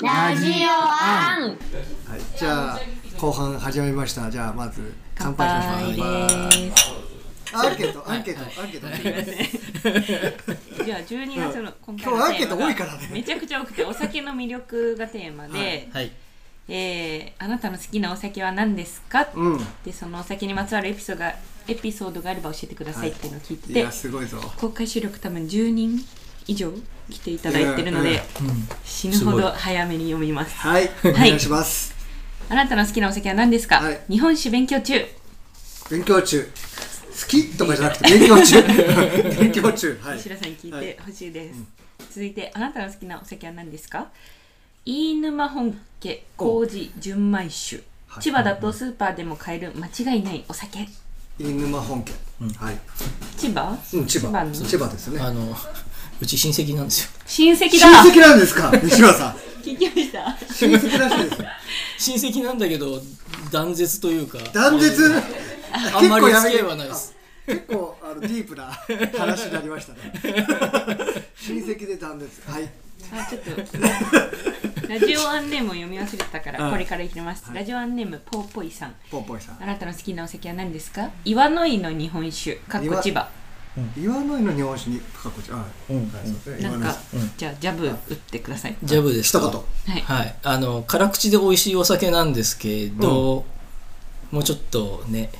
ラジオアンはい、じゃあ後半始めました。じゃあまず乾乾杯杯しましょう。です。アンケート、アンケート、アンケート。じゃあ12月の今今日アンケート多いからねめちゃくちゃ多くてお酒の魅力がテーマで、はいえーあなたの好きなお酒は何ですか、うん。でそのお酒にまつわるエピソードがエピソードがあれば教えてくださいっていうのを聞いいて、やすごいぞ。公開収録多分10人以上来ていただいてるので、いや死ぬほど早めに読みますはい、お願いします。あなたの好きなお酒は何ですか、はい日本酒勉強中勉強中。好きとかじゃなくて勉 強中。勉強中。はい。吉田さんに聞いはいてほしいです、続いてあなたの好きなお酒は何ですか飯沼本家麹純米酒はい千葉だとスーパーでも買える間違いないお酒犬沼本家。はい。千葉うん、千葉。の千葉ですね。あのうち親戚なんですよ親戚親だ戚なんですか、西村さん。聞きました 親戚らしいです。親戚なんだけど断絶というか断 絶。あんまり付き合いはないです結構あのディープな話になりま したね。親戚で断絶。はい。あちょっとラジオアンネームを読み忘れてたからこれからいきます、ラジオアンネームポーポイさんポンポイさん。あなたの好きなお酒は何ですか岩の井の日本酒かっこ千葉岩の井の日本酒に深こちゃん。はいうんはいそうですねな岩んの井かさん、じゃあジャブ打ってくださいジャブです一言。かはいはいあの辛口で美味しいお酒なんですけど、もうちょっとね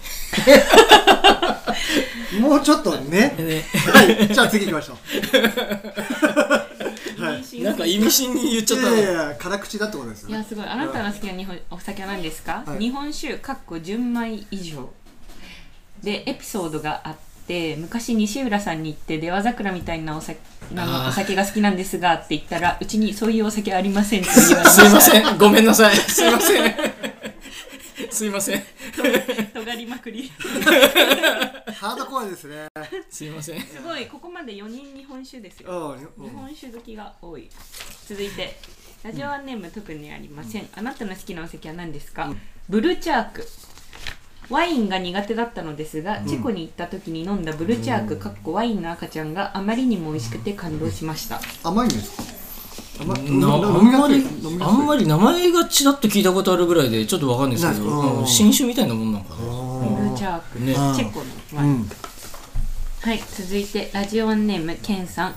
もうちょっとね。ねはい。じゃあ次行きましょう。はい。なんか意味深に言っちゃっいたやないやいや、辛口だってことですよいやね。すごいあなたの好きな日本お酒は何ですか、はい日本酒かっこ純米以上でエピソードがあって昔西浦さんに行って出羽桜みたいなお酒あなーお酒が好きなんですがって言ったらうちにそういうお酒ありませんって言われましすいたませんごめんなさいすいませんすいません尖りまくりすハードコアですね。すいませんごいここまで4人日本酒ですうよん。日本酒好きが多い続いてラジオアンネーム特にありません、あなたの好きなお酒は何ですか、ブルチャークワインが苦手だったのですが、チェコに行った時に飲んだブルチャーク、かっこワインの赤ちゃんがあまりにも美味しくて感動しました、甘いんですか甘い。なあ飲んみやますいり飲みやあすいんまり名前がちらっと聞いたことあるぐらいでちょっとわかんないですけど、ないうん新種みたいなもんなのかなブルチャーク、ねチェコのワうイン、ん。はい続いてラジオアンネームケンさん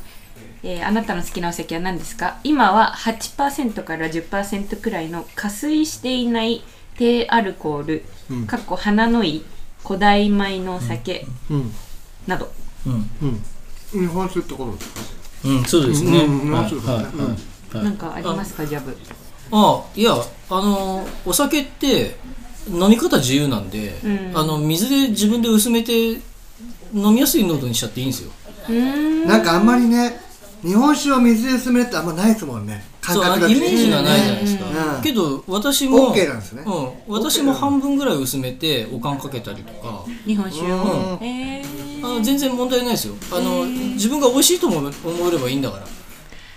えーあなたの好きなお酒は何ですか今は8%から10%くらいの加水していない低アルコール、かっこ花のいい古代米のお酒うん。など、うんうん。日本酒ってことですかうん、そうですね。うんうんはいそうですねはいうんはいなんかありますかジャブあ、いや、あの、お酒って飲み方自由なんで、うんあの、水で自分で薄めて飲みやすい濃度にしちゃっていいんですよ。うーんなんかあんまりね、日本酒を水で薄めるってあんまないですもんね。感そう、あ覚のだイメージがないじゃないですか。うんけど、私も、 OK なんですねうん、私も半分ぐらい薄めて、おかんかけたりとか、日本酒をうえあーの全然問題ないですよ。あの、自分が美味しいと思思えればいいんだから。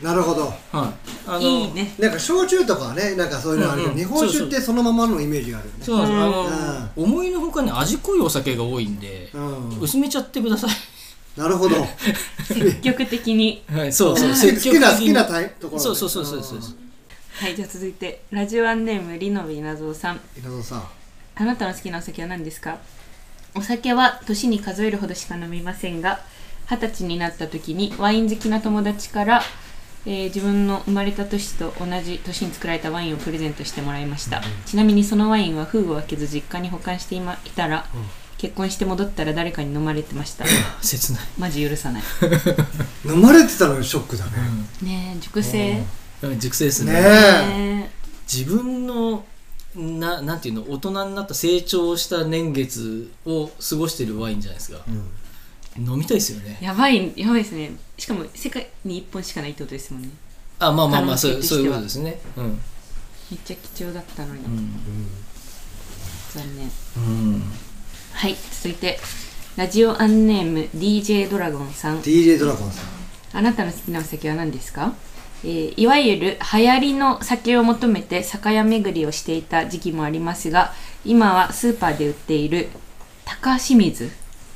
なるほど。はい。あのいいねなんか焼酎とかはね、なんかそういうのあるけど、うんうん日本酒ってそのままのイメージがあるよね。そうなんですあの、思いのほかに味濃いお酒が多いんで、うん。薄めちゃってください。なるほど。積極的にはい、そうそう、好積極き的な、に好きなタイところで。そうそうそうそうそう。はいじゃあ続いてラジオアンネームリノビナゾウさん稲造さん。あなたの好きなお酒は何ですかお酒は年に数えるほどしか飲みませんが二十歳になった時にワイン好きな友達から、えー自分の生まれた年と同じ年に作られたワインをプレゼントしてもらいました、ちなみにそのワインは封を開けず実家に保管していまいたら、結婚して戻ったら誰かに飲まれてました 切ない。マジ許さない飲まれてたのにショックだね。ねえ熟成ねうん熟成ですね。ねえ。自分の、な、なんていうの、大人になった成長した年月を過ごしてるワインじゃないですか。飲みたいですよね。やばいやばいですねしかも世界に一本しかないってことですもんねあ、まあまあまあ、可そ能性う、としてはそういうことですね。うん。めっちゃ貴重だったのに、残念うん。はい、続いてラジオアンネーム DJ ドラゴンさん DJ ドラゴンさん。あなたの好きなお酒は何ですか、えーいわゆる流行りの酒を求めて酒屋巡りをしていた時期もありますが今はスーパーで売っている高清水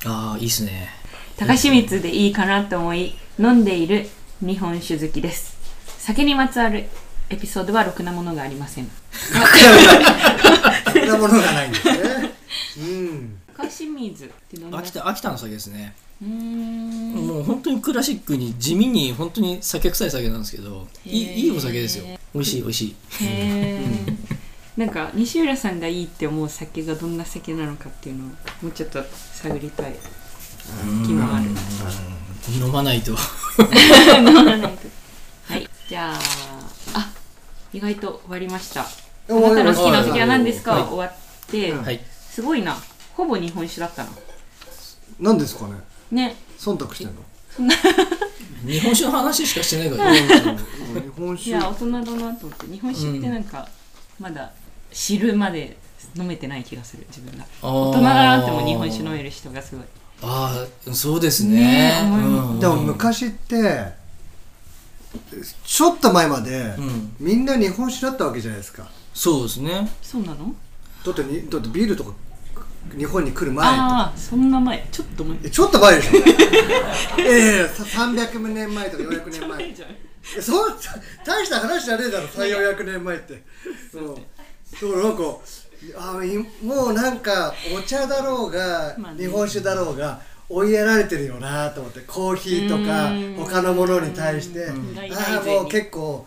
ああ、いいですね。高清水でいいかなと思い飲んでいる日本酒好きです酒にまつわるエピソードはろくなものがありませんそんなものがないんですね。うん。深清水って飲みま秋す田秋田の酒ですね、うーんもう本当にクラシックに地味に本当に酒臭い酒なんですけどいいへーいいお酒ですよ美味しい美味しいへーなんか西浦さんがいいって思う酒がどんな酒なのかっていうのをもうちょっと探りたい気もある飲まないとはいじゃああ意外と終わりましたあ終わなたりのま好きしたなお酒は何ですか、はい終わって、はいすごいなほぼ日本酒だったな何ですかね。ね忖度してんの。日本酒の話しかしてないから日本い酒。や大人だなと思って日本酒ってなんか、まだ知るまで飲めてない気がする自分が 大人だなっても日本酒飲める人がすごいああそうですねねえ思いまうんでも昔ってちょっと前までうんみんな日本酒だったわけじゃないですか。そうですねそうなのだってにだってビールとか日本に来る前とか。ああそんな前ちょっと前えちょっと前でしょ。 ええさ300年前とか400年前。じゃんえそん大した話じゃねえだろ3400年前ってそうそうなんかあいもうなんかお茶だろうが、まあね日本酒だろうが追いやられてるよなと思ってコーヒーとかうーん他のものに対してあんあもう結構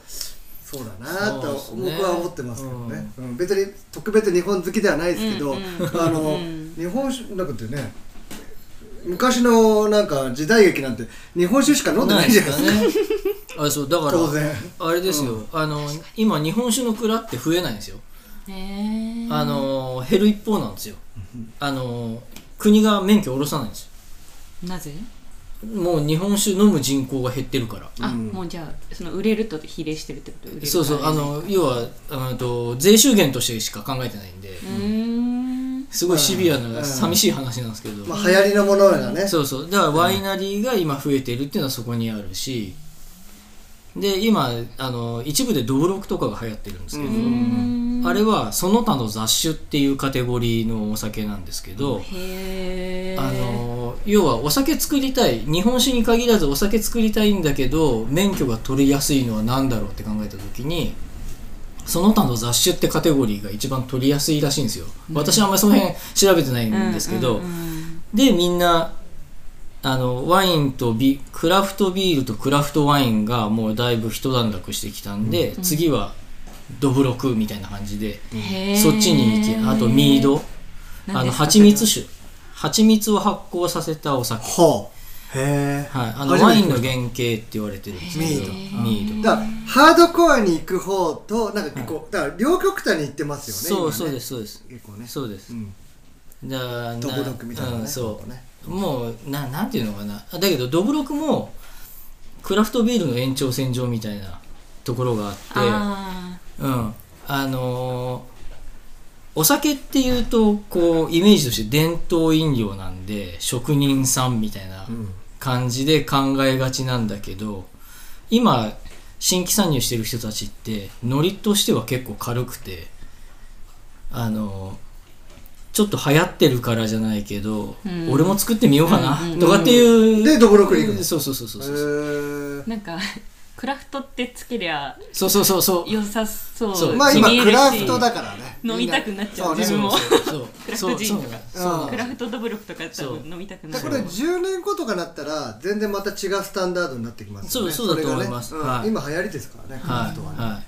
そうだなとそうですね僕は思ってますけどね、うん別に特別日本好きではないですけど、うんあの、うん日本酒なんかってね昔のなんか時代劇なんて日本酒しか飲んでないじゃないですかないですかね あそうだから当然。あれですよ、あの今日本酒の蔵って増えないんですよへえあの減る一方なんですよあの国が免許を下ろさないんですよなぜもう日本酒飲む人口が減ってるからあ、うんもうじゃあその売れると比例してるってこと売れるそうそうあの要はあのと税収減としてしか考えてないんで、うーんすごいシビアうなん寂しい話なんですけど、まあ、流行りのものがね、そうそうだからワイナリーが今増えてるっていうのはそこにあるしで今あの一部でドブロクとかが流行ってるんですけど、ううーんあれはその他の雑種っていうカテゴリーのお酒なんですけど、へえあの要はお酒作りたい日本酒に限らずお酒作りたいんだけど免許が取りやすいのは何だろうって考えた時にその他の雑種ってカテゴリーが一番取りやすいらしいんですよ、私はあんまりその辺調べてないんですけど、うんうんでみんなあのワインとビクラフトビールとクラフトワインがもうだいぶ一段落してきたんで、次はドブロクみたいな感じで、うんへーそっちに行きあとミードあ何でのすか蜂蜜酒蜂蜜を発酵させたお酒、ほうへえ、はい、あ初のめてワインの原型って言われてるんですけどへーミードだからハードコアに行く方となんか結構、だから両極端に行ってますよねそうそうですすそうです結構ねそうですうんだからドブロックみたいなね、うんそうねもうななんていうのかなだけどドブロクもクラフトビールの延長線上みたいなところがあってあうんあのーお酒っていうとこうイメージとして伝統飲料なんで職人さんみたいなうん感じで考えがちなんだけど今新規参入してる人たちってノリとしては結構軽くてあのーちょっと流行ってるからじゃないけど、うん俺も作ってみようかなうんうんうんとかっていう、でどぶろくに行くのそうそうそうそうそうへーなんかクラフトってつけりゃそうそうそうそう良さそうそうえまあ今に見えクるしラフトだからね飲みたくなっちゃうそね自分もそうそうクラフトジーンとかそうそううんクラフトドブロックとか多そう分飲みたくなだるからこれ10年後とかなったら全然また違うスタンダードになってきますよねそうそうだと思いますそれがねはいうん今流行りですからねクラはフ トはね、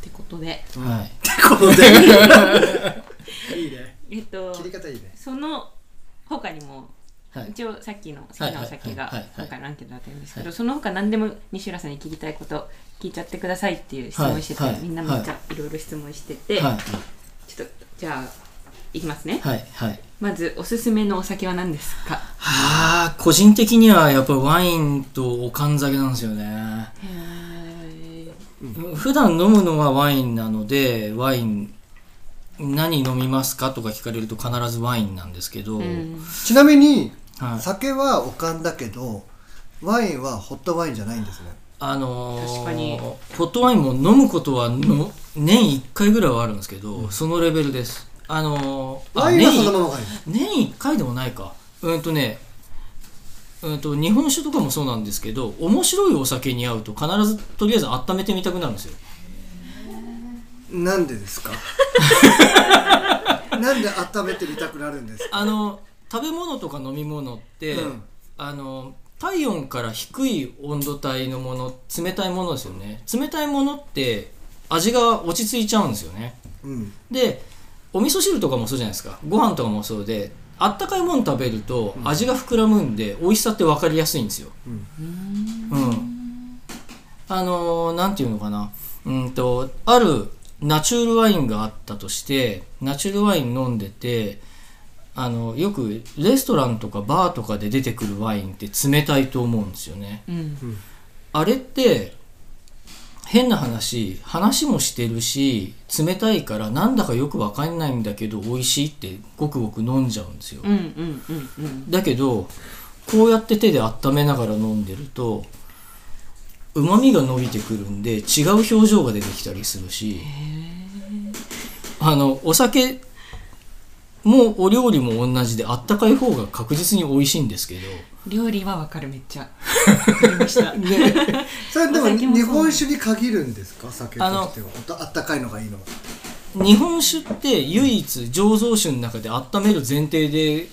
いってことではいは いい、いねえっと切り方いいねその他にもはい一応さっきの好きなお酒がはいはいはいはい今回のアンケートだったんですけど、はいその他何でも西浦さんに聞きたいこと聞いちゃってくださいっていう質問してて、はいはいみんなめっちゃいろいろ質問してて、はいちょっとじゃあいきますね、はいはいまずおすすめのお酒は何ですかはあ個人的にはやっぱワインとおかん酒なんですよねへー普段飲むのはワインなのでワイン何飲みますかとか聞かれると必ずワインなんですけど、うんちなみにはい酒はおかんだけどワインはホットワインじゃないんですねあのー確かにホットワインも飲むことはの年1回ぐらいはあるんですけど、そのレベルですあのーあワインはそ年一のままがいい年1回でもないかうんとねうんと日本酒とかもそうなんですけど面白いお酒に合うと必ずとりあえず温めてみたくなるんですよなんでです かなんで温めてみたくなるんですかあの食べ物とか飲み物って、うんあの体温から低い温度帯のもの冷たいものですよね冷たいものって味が落ち着いちゃうんですよねうんでお味噌汁とかもそうじゃないですかご飯とかもそうであったかいもの食べると味が膨らむんで、美味しさって分かりやすいんですようんうんあのーなんていうのかなうんとあるナチュールワインがあったとしてナチュールワイン飲んでてあのよくレストランとかバーとかで出てくるワインって冷たいと思うんですよねうんあれって変な話話もしてるし冷たいからなんだかよくわかんないんだけど美味しいってごくごく飲んじゃうんですようんうんうんうんだけどこうやって手で温めながら飲んでるとうまみが伸びてくるんで違う表情が出てきたりするしあのお酒もお料理も同じであったかい方が確実に美味しいんですけど料理はわかるめっちゃわかりましたそれでおも酒も日そう本酒に限るんですか酒とあのしてはあったかいのがいいのは日本酒って唯一醸造酒の中で温める前提で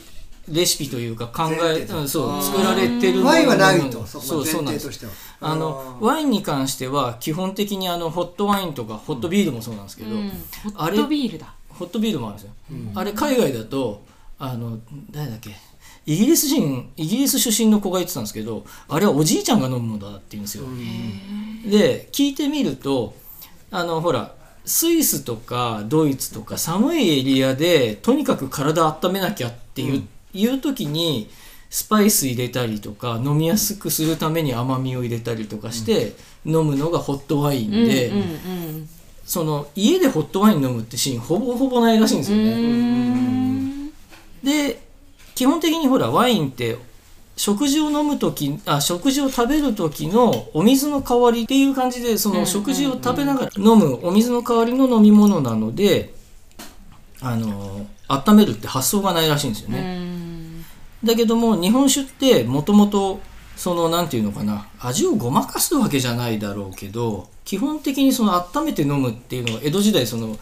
レシピというか考前え提とうんそう作られてるものワインはないとそこそはうそ前うなん提ですとしてはあのワインに関しては基本的にあのホットワインとかホットビールもそうなんですけど、うんホあッれトビールだホットビールもあるんですよ、あれ海外だとあの誰だっけイギリス人イギリス出身の子が言ってたんですけどあれはおじいちゃんが飲むものだって言うんですよ、で聞いてみるとあのほらスイスとかドイツとか寒いエリアでとにかく体温めなきゃっていう,、いう時にスパイス入れたりとか飲みやすくするために甘みを入れたりとかして、飲むのがホットワインで、うんうんその家でホットワイン飲むってシーンほぼほぼないらしいんですようね。んで基本的にほらワインって食事を飲む時あ食事を食べる時のお水の代わりっていう感じでそうんうんうのん食事を食べながら飲むお水の代わりの飲み物なのであの温めるって発想がないらしいんですようね。んだけども日本酒ってもともとそのなんていうのかな味をごまかすわけじゃないだろうけど基本的にその温めて飲むっていうのは江戸時代その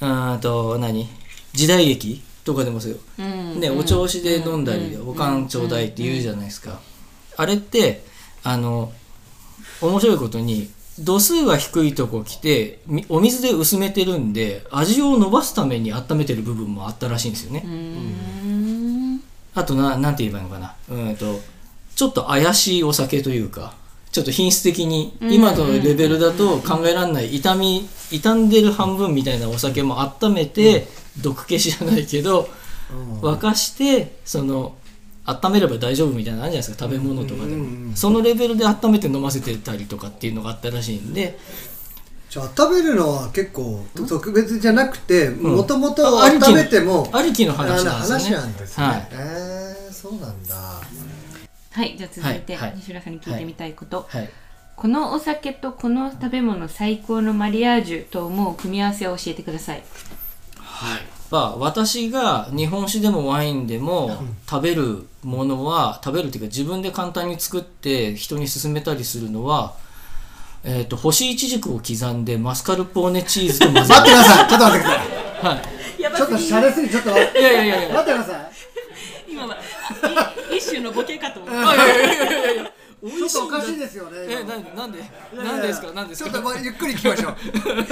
あーと何時代劇とかでもそうようんね、お調子で飲んだりで、おかんちょうだいって言うじゃないですか、あれってあの面白いことに度数が低いとこ来てみお水で薄めてるんで味を伸ばすために温めてる部分もあったらしいんですよね、うんあとな、なんて言えばいいのかな。うんと、ちょっと怪しいお酒というか、ちょっと品質的に、今のレベルだと考えられない、痛み、傷んでる半分みたいなお酒も温めて、毒消しじゃないけど、うん沸かして、その、温めれば大丈夫みたいなのあるじゃないですか、食べ物とかうでんうんうも。んそのレベルで温めて飲ませてたりとかっていうのがあったらしいんで、じゃあ温めるのは結構特別じゃなくてんもともとあ兄貴温のめてもありきのあ話のなんです話ね。なんですねはい。えーそうなんだはいじゃあ続いてはいはい西村さんに聞いてみたいことはい。このお酒とこの食べ物最高のマリアージュと思う組み合わせを教えてくださいはいまあ、私が日本酒でもワインでも食べるものは食べるっていうか自分で簡単に作って人に勧めたりするのは、えー、と干しいちじくを刻んでマスカルポーネチーズと混ぜ 待ってくださいちょっと待ってくださる、はいやいちょっとシャレすぎちょっと待っいてやいやいやいや待ってください今は一種のボケかと思ったあいやいやいやいやいや美ちょ味っしといおんだかしいですよねえ今ななんでなんですかなんですちょっとかもうゆっくり聞きましょう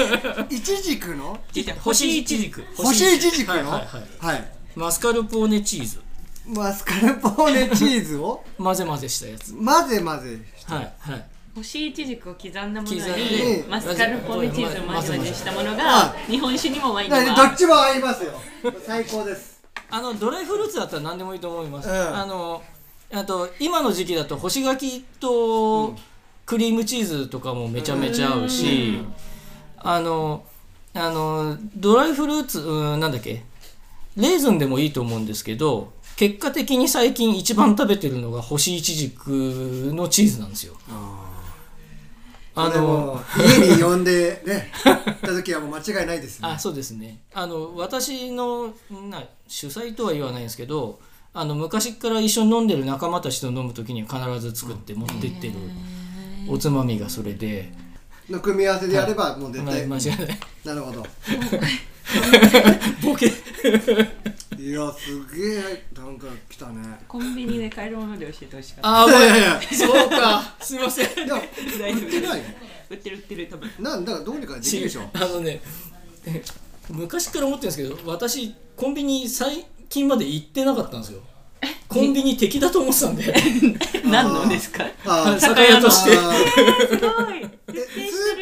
いちじく の干しいちじく干しいちじくのはいはいはいはいマスカルポーネチーズマスカルポーネチーズを 混ぜ混ぜしたやつ混ぜ混ぜはいはい干しいちじくを刻んだものに刻んでマスカルポーネチーズを混ぜ混ぜしたものがま日本酒にもワインにだかもらど合っちも合いますよ最高ですあのドライフルーツだったら何でもいいと思います。うんあのあと今の時期だと干し柿とクリームチーズとかもめちゃめちゃ合うし、あのあのドライフルーツうんなんだっけレーズンでもいいと思うんですけど結果的に最近一番食べてるのが干しいちじくのチーズなんですよ。あでのも家に呼んでね行った時はもう間違いないですねあそうですねあの私のな主催とは言わないんですけどあの昔から一緒に飲んでる仲間たちと飲む時には必ず作って持ってってるおつまみがそれでの組み合わせでやればもう絶ま対、間違いないなるほど ボケいやすげえなんか来たねコンビニで買えるもので教えてほしかったああいごめんやいやいそうかすいませんやいや大売ってないよ売ってる売ってる多分なんだからどうにかできるでしょあのね 昔から思ってるんですけど私コンビニ最近まで行ってなかったんですよコンビニ敵だと思ってたんで何のですかあ酒屋とあしてすごいえスー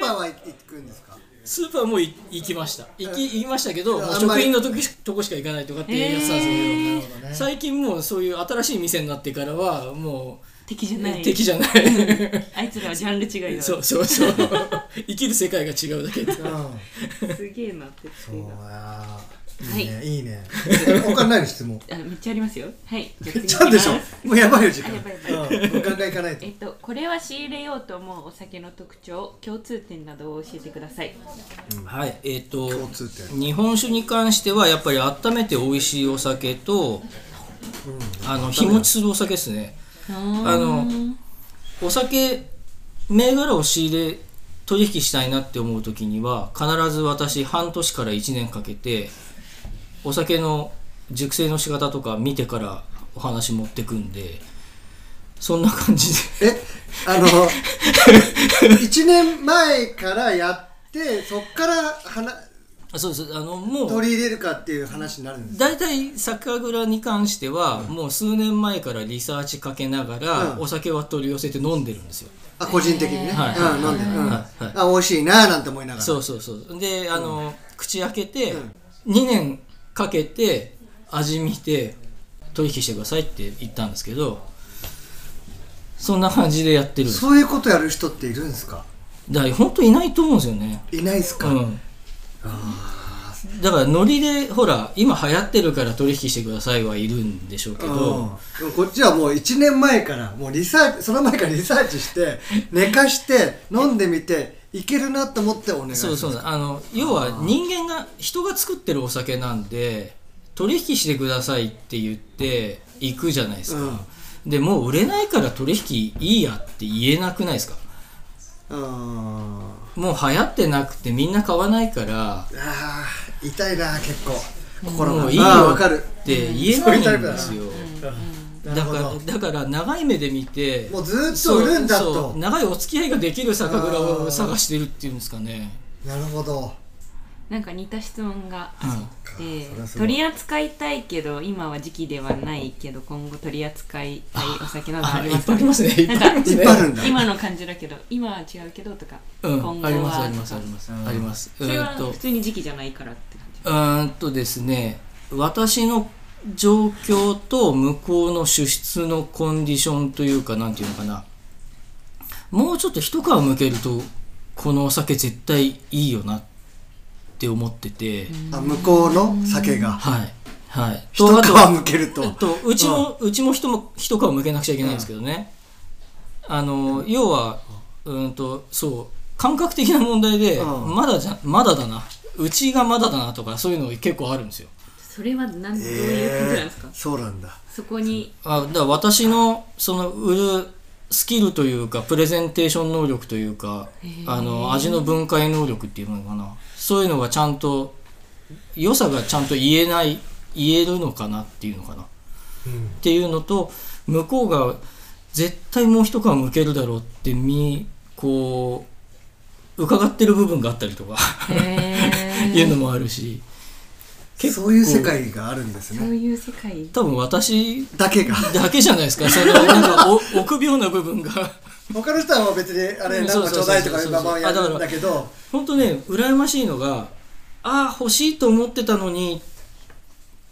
パーは行くんですかスーパーもい行きました行き行きましたけどいやもうあんま食り品の時しとこしか行かないとかってやってたんですけど、へーなるほどね最近もうそういう新しい店になってからはも敵じゃうない敵じゃないあいつらはジャンル違いだそうそうそう 生きる世界が違うだけうでんすげえなってそうやいいいね、い、いね他ないの質問あめっちゃありますよはいめめっちゃあるでしょもうやばいよ時間あやばいやうんガンガン行かないとえっと、これは仕入れようと思うお酒の特徴共通点などを教えてくださいはいえっ、と共通点日本酒に関してはやっぱり温めて美味しいお酒とあの日持ちするお酒ですねあのお酒銘柄を仕入れ取引したいなって思う時には必ず私半年から1年かけてお酒の熟成の仕方とか見てからお話持ってくんでそんな感じでえあの1年前からやってそっから花 あそうですあのもう取り入れるかっていう話になるんです大体酒蔵に関しては、もう数年前からリサーチかけながら、うんお酒は取り寄せて飲んでるんですよ、あ個人的にね、はいうん飲んでる、うんはいあ美味しいなーなんて思いながらそうそうそうであの、口開けて、うん2年かけて味見て取引してくださいって言ったんですけどそんな感じでやってるんですそういうことやる人っているんですかだから本当いないと思うんですよねいないですか、うんだからノリでほら今流行ってるから取引してくださいはいるんでしょうけどうん、こっちはもう1年前からもうリサーチその前からリサーチ して寝かして飲んでみていけるなと思ってお願いしそまうすそうあの要は人間が人が作ってるお酒なんで取引してくださいって言って行くじゃないですか、でもう売れないから取引いいやって言えなくないですかうんあもう流行ってなくてみんな買わないからーあー痛いな結構心がもういいよあーわかるって言えないんですよ、なるだほかどらだから長い目で見てもうずーっと売るんだそうそうと長いお付き合いができる酒蔵を探してるっていうんですかねなるほどなんか似た質問があって、そりゃそう取り扱いたいけど今は時期ではないけど今後取り扱いたいお酒などあありいまっすぱかいありますねいっぱいありますいっねぱいあるんだ今の感じだけど今は違うけどとか、う今ん、後あはりますありますとあかりますありますそれえはーっと普通に時期じゃないからって感じうーんとですね私の状況と向こうの主出のコンディションというかなんていうのかなもうちょっと一皮むけるとこのお酒絶対いいよなって思ってて、あ向こうの酒がはいはい一とあと皮むける とえっとうちも、うちも人も一皮むけなくちゃいけないんですけどね、あの要はうんとそう感覚的な問題で、うんまだじゃまだだなうちがまだだなとかそういうの結構あるんですよそれはなん、どういうことなんえですかー、そうなんだそこにあだから私のその売るスキルというかプレゼンテーション能力というかあの味の分解能力っていうのかなそういうのがちゃんと良さがちゃんと言えない言えるのかなっていうのかな、っていうのと向こうが絶対もう一皮むけるだろうってみこう伺ってる部分があったりとか いうのもあるし結構そういう世界があるんですそねういう世界多分私だけがだけじゃないですか、そのなんかお臆病な部分が、他の人はもう別にあれうん何かちょうだいとかいうそうそうそうそうままやるんだけど本当ね、羨ましいのが、ああ、欲しいと思ってたのに、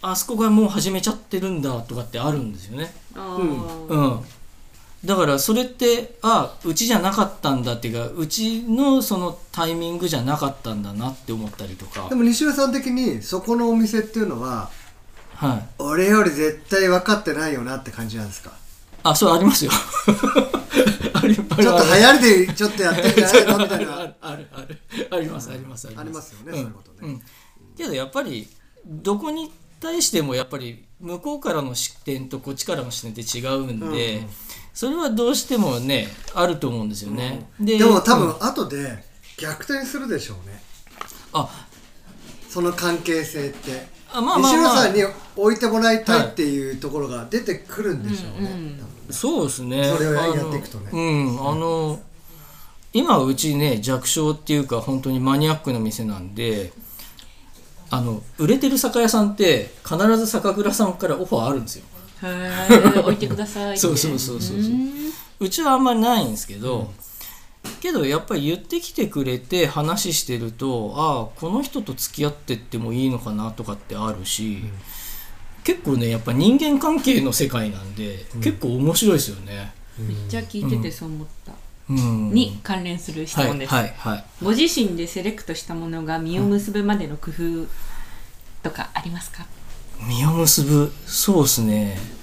あそこがもう始めちゃってるんだとかってあるんですよね。あうーん、だからそれって、ああ、うちじゃなかったんだっていうか、うちのそのタイミングじゃなかったんだなって思ったりとかで、も西尾さん的にそこのお店っていうのははい、俺より絶対分かってないよなって感じなんですかあ、それありますよ。 ありちょっちょっと流行りでちょっとやってんじゃないのみたいあなるあるあるありますありますありますよねんそういうことねんけどやっぱりどこに対してもやっぱり向こうからの視点とこっちからの視点って違うんで、うん それはどうしてもねあると思うんですよね、でも多う分ん後で逆転するでしょうねあその関係性ってあまあまあ西野まさあんに置いてもらいたいっていうところが出てくるんでしょうね、多分そうですねそれをやあのやっていくとねうんあの今うちね弱小っていうか本当にマニアックな店なんであの売れてる酒屋さんって必ず酒蔵さんからオファーあるんですよへえ 置いてくださいってそうそうそうそうそうーんうちはあんまりないんですけど、けどやっぱり言ってきてくれて話してるとああこの人と付き合ってってもいいのかなとかってあるし、結構ねやっぱ人間関係の世界なんで、結構面白いですよね。めっちゃ聞いててそう思った、うん、に関連する質はい問です、はいはいご自身でセレクトしたものが実を結ぶまでの工夫とかありますか、実を結ぶそうですね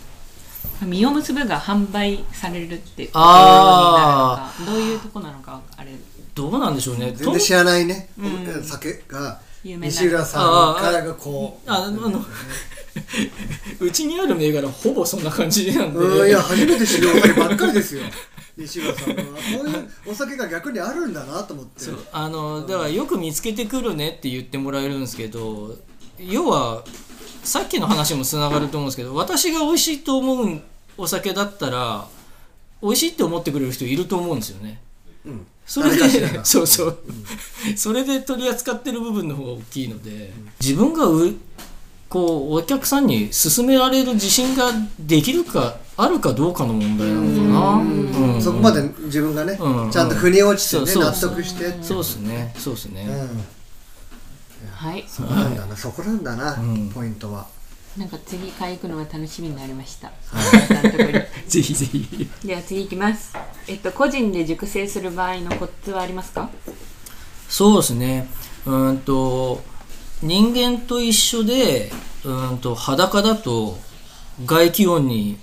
実を結ぶが販売されるってどうあいうようになるのかどういうとこなのかあれどうなんでしょうね全然知らないね、酒が有名な西浦さんからがこうああの うちにある銘柄ほぼそんな感じなんで、うんいや初めて知るお 酒ばっかりですよ西浦さんはこういうお酒が逆にあるんだなと思ってそうあのだからよく見つけてくるねって言ってもらえるんですけど要はさっきの話もつながると思うんですけど私が美味しいと思うお酒だったら美味しいって思ってくれる人いると思うんですよね。うんそれ誰かしらでがそうそう、それで取り扱ってる部分の方が大きいので、自分がうこうお客さんに勧められる自信ができるかあるかどうかの問題なのかな。うんそこまで自分がね、うんちゃんと腑に落ちてね、そうそう納得してっていそうですねそうですね。うん、はいそこなんだな、そこなんだな、うんポイントはなんか次買い行くのが楽しみになりましたなんかこ れぜひぜひ。では次行きますえっと個人で熟成する場合のコツはありますかそうですね。うーんと人間と一緒でうーんと裸だと外気温に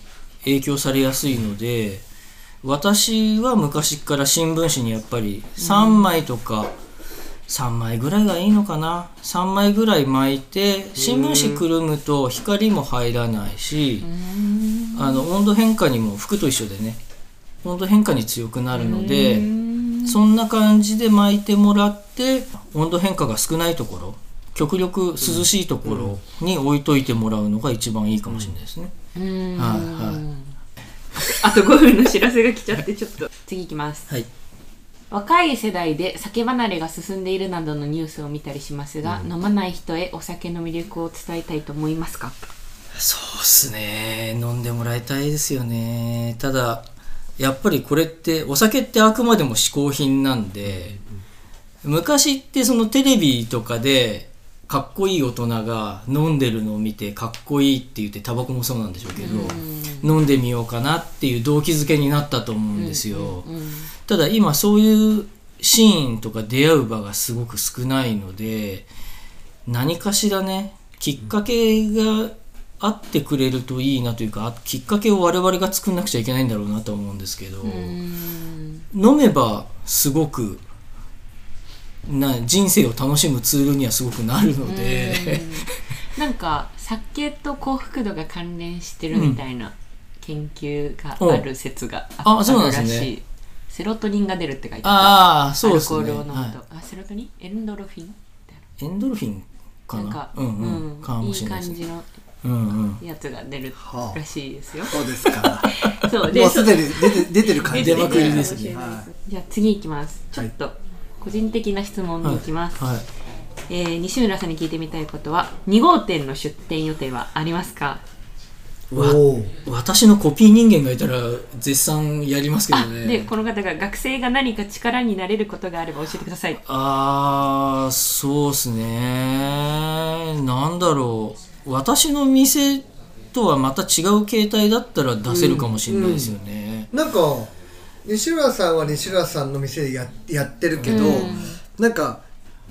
影響されやすいので私は昔から新聞紙にやっぱり3枚とか、3枚ぐらいがいいのかな3枚ぐらい巻いて新聞紙くるむと光も入らないしあの温度変化にも服と一緒でね温度変化に強くなるのでそんな感じで巻いてもらって温度変化が少ないところ極力涼しいところに置いといてもらうのが一番いいかもしれないですね。うーんはいはあと5分の知らせが来ちゃってちょっと次行きますい、はい若い世代で酒離れが進んでいるなどのニュースを見たりしますが、飲まない人へお酒の魅力を伝えたいと思いますかそうっすね飲んでもらいたいですよねただやっぱりこれってお酒ってあくまでも嗜好品なんで昔ってそのテレビとかでかっこいい大人が飲んでるのを見てかっこいいって言ってタバコもそうなんでしょうけど飲んでみようかなっていう動機づけになったと思うんですよただ今そういうシーンとか出会う場がすごく少ないので何かしらねきっかけがあってくれるといいなというかあきっかけを我々が作んなくちゃいけないんだろうなとは思うんですけど、飲めばすごくな人生を楽しむツールにはすごくなるので、なんか酒と幸福度が関連してるみたいな研究がある説がああっそたうなんらでしすねい、セロトニンが出るって書いてあっ ああたそうですねアルコールを飲むと、はあセロトニンエンドルフィンいエンドルフィンかななんか、うんうん、かもいしいれない感ですねじのうんうんやつが出るはあらしいですよ、そうです かそうもうそすうでに出て出てる感じ出まくりですね出てるかもしれないでじゃあ次いきますちょっと個人的な質問に行きます、はいえー西村さんに聞いてみたいことは2号店の出店予定はありますかはいおお私のコピー人間がいたら絶賛やりますけどあねでこの方が学生が何か力になれることがあれば教えてくださいあーそうっすねなんだろう私の店とはまた違う形態だったら出せるかもしれないですよね、なんか西浦さんは西浦さんの店でややってるけど、なんか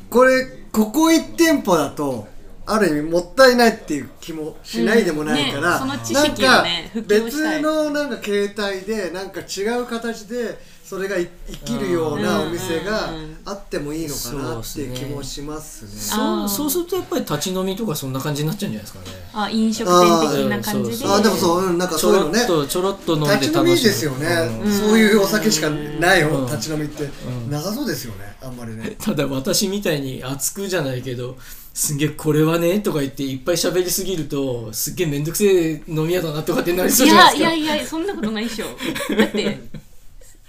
これここ1店舗だとある意味もったいないっていう気もしないでもないから、うんねその知なん識をかね普及したい別のなんか形態でなんか違う形でそれがい生きるようなお店がうんうんうんあってもいいのかなっていう気もしますね。そあーうそうするとやっぱり立ち飲みとかそんな感じになっちゃうんじゃないですかねあ飲食店的な感じでそうあでもそううんなんかちそょういうろのっねとちょろっと飲んで楽し立ち飲みですよね、うんそういうお酒しかないよ、うん立ち飲みって、ん長そうですよねあんまりねただ私みたいに熱くじゃないけどすんげえこれはねとか言っていっぱい喋りすぎるとすっげえ面倒くせえ飲み屋だなとかってなりそういじゃないやでいすかやいやそんなことないで しょだって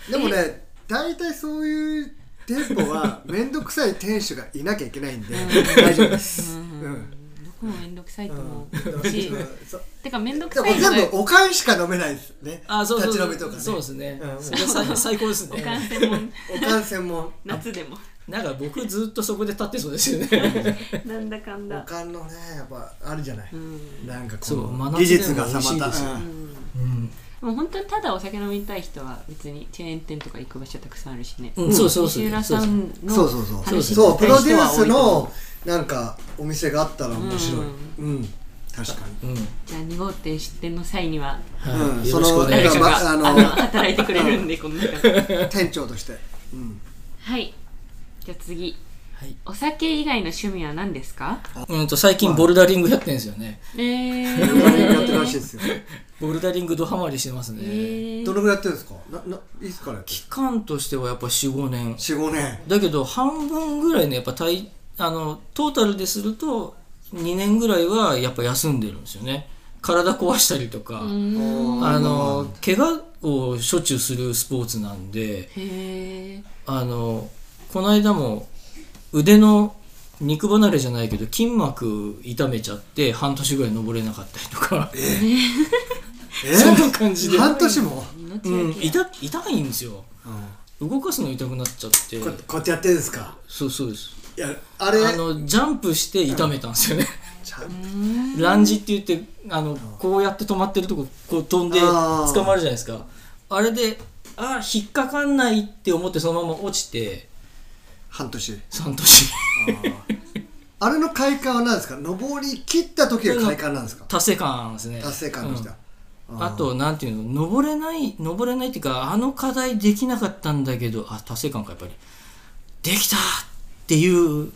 でもね大体そういう店舗は面倒くさい店主がいなきゃいけないんで大丈夫です、ううんんどこもめんどくさいと思うんうし、そうてかめんどくでさもいのが全部おかんしか飲めないですねあそうそう立ち飲みとかねそうですね、うんそれ最最高ですおかんね専門おかん専門夏でもなんか僕ずっとそこで立ってそうですよねなんだかんおだかんのねやっぱあるじゃない、うんなんかこそう真の夏技術がさでも美ま味しいですよた、ううんんうん、もう本当にただお酒飲みたい人は別にチェーン店とか行く場所たくさんあるしね、うんそうそうそう西浦さんのそうそうそう話そそうプロデュー聞スいた人は多いと思うのなんかお店があったら面白いうん、確かにうんじゃあ2号店出店の際にははうんい、よろしくお願い誰しかまそすのが、ああのの働いてくれるんでこの中で店長として、うん、はいじゃあ次はいお酒以外の趣味は何ですかうんと最近ボルダリングやってんですよねえどのぐらいやってるらしいでー、 すよ、ボルダリングドハマりしてますえね、どー、のぐらいやってるんですかなないつからやってる期間としてはやっぱ45年45年だけど半分ぐらいねやっぱ体あのトータルですると2年ぐらいはやっぱ休んでるんですよね体壊したりとか、うーんあの怪我をしょっちゅうするスポーツなんでへえあのこの間も腕の肉離れじゃないけど筋膜痛めちゃって半年ぐらい登れなかったりとかえそんな感じで、半年も、命うん、がけ痛痛いんですよ動かすの痛くなっちゃってここうやってやってるんですかそうそうですいやあれあのジャンプして痛めたんですよね、ちゃんランジって言ってあのこうやって止まってるとここう飛んであー捕まるじゃないですかあれであー引っかかんないって思ってそのまま落ちて半年3年 あれの快感は何ですか登り切った時が快感なんですか達成感ですね達成感としては、うんあとなんていうの登れない登れないっていうかあの課題できなかったんだけどあ達成感かやっぱりできたっていう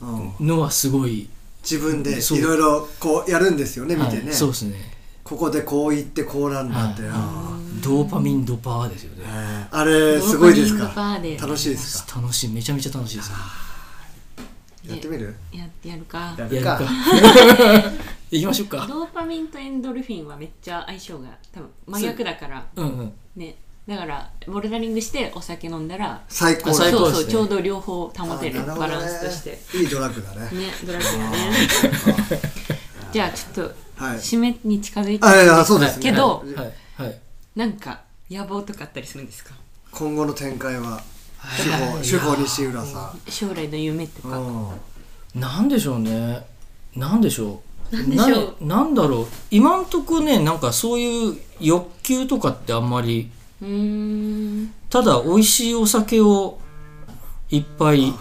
うんのはすごい、自分でそういろいろこうやるんですよね見はてね、い、そうですね、ここでこう言ってこうなんだって、はいあドーパミンドパーですよねーえーあれすごいですドーパかミンのバーで楽しいですか楽しいめちゃめちゃ楽しいですやってみるややるかややるるかか 行きましょうかドーパミンとエンドルフィンはめっちゃ相性が多分真逆だからうんうんねだからボルダリングしてお酒飲んだら最高あ最高そうですそうねちょうど両方保てるあーなバほどねランスとしていいドラッグだねねドラッ グだねじゃあちょっとはい締めに近づいてあいやそうですねけどはいはいはいなんか野望とかあったりするんですか今後の展開は主い婦主婦西浦さ将来の夢とんかうんなんでしょうねなんでしょうなんでしょななんだろう今んとこねなんかそういう欲求とかってあんまりうーんただ美味しいお酒をいっぱい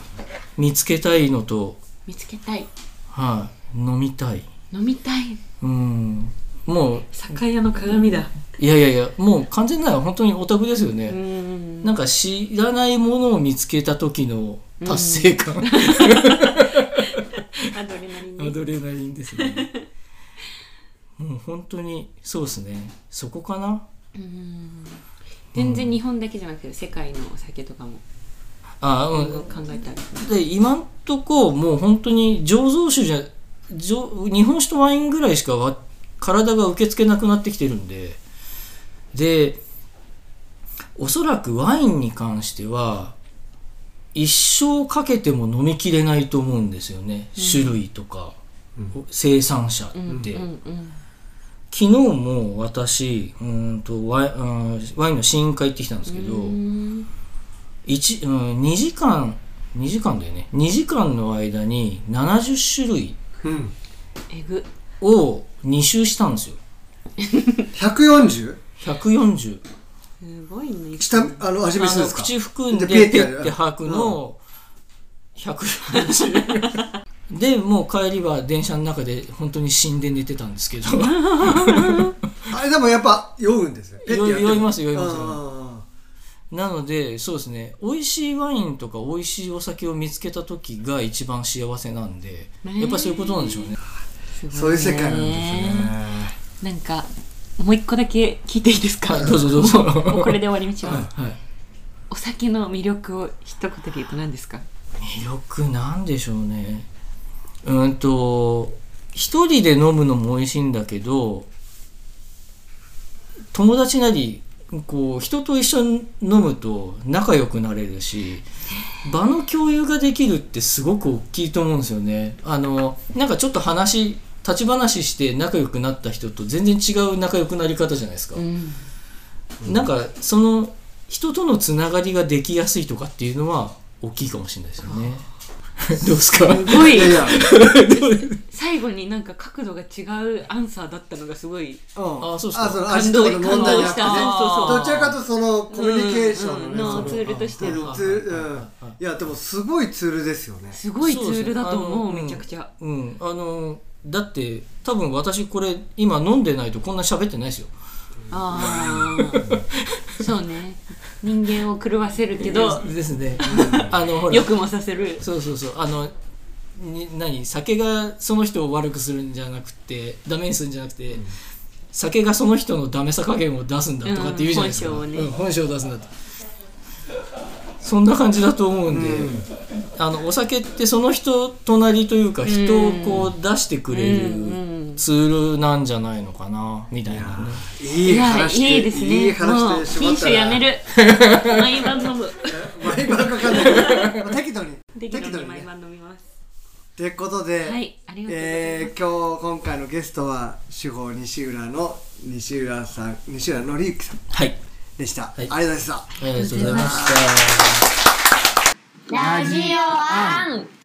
見つけたいのと、見つけたいはい、飲みたい飲みたいうんもう酒屋の鏡だいやいやいやもう完全なら本当にオタクですよね、うーんなんか知らないものを見つけた時の達成感、 アドレナリンアねドレナリンですね もう本当にそうですねそこかなうーん全然日本だけじゃなくて世界のお酒とかもあう考んえたらで今んとこもう本当に醸造酒じゃ醸日本酒とワインぐらいしかわ体が受け付けなくなってきてるんででおそらくワインに関しては一生かけても飲みきれないと思うんですよね、種類とか、生産者って、うんうん昨日も私うーんとワイうんワインの試飲会行ってきたんですけど、うーん一うん、2時間2時間だよね2時間の間に70種類うんえぐを2周したんですよ 140? 140すごいね下あの足見すあるんのですか口含んででピピッッてて吐くの140でもう帰りは電車の中で本当に死んで寝てたんですけど あれでもやっぱ酔うんですよペッてやっても酔います酔いますうんうんうんなのでそうですね美味しいワインとか美味しいお酒を見つけた時が一番幸せなんでーやっぱりそういうことなんでしょうねすごいねそういう世界なんですね。なんかもう一個だけ聞いていいですか はいどうぞどうぞ もうこれで終わりにします、はいお酒の魅力を一言で言うと何ですか魅力なんでしょうねうんと一人で飲むのも美味しいんだけど友達なりこう人と一緒に飲むと仲良くなれるし場の共有ができるってすごく大きいと思うんですよねあのなんかちょっと話立ち話して仲良くなった人と全然違う仲良くなり方じゃないですか、んなんかその人とのつながりができやすいとかっていうのは大きいかもしれないですよね。 どうですかすごいいやいや、最後になんか角度が違うアンサーだったのがすごいうんあそうっすかあ、その足とかの問題じゃなくてね。感動したそうそうそうどちらかというとそのコミュニケーションのねうんうんそのツールとしてのツールうんいやでもすごいツールですよね。すごいツールだとそ思ううですねあのめちゃくちゃうん、あのだって多分私これ今飲んでないとこんな喋ってないですよ。あ あそうね人間を狂わせるけどですね。あのほらよくもさせるそうそうそうあのに何酒がその人を悪くするんじゃなくてダメにするんじゃなくて、酒がその人のダメさ加減を出すんだとかって言うじゃないですか、うん本性をねうん本性を出すんだとそんな感じだと思うんで、あのお酒ってその人となりというか人をこう出してくれうんうるツールなんじゃないのかなみたいなねいいや話でいいですねいい話もでうしま禁った酒らやめ。る毎晩飲 む毎晩かかんない。まあ適度に。 適度にね毎晩飲みますということで、はいありがとうございますえー今日今回のゲストは主法西浦の西浦さん西浦紀之さんはいでした。いありがとうございました。ありがとうございましたラジオアン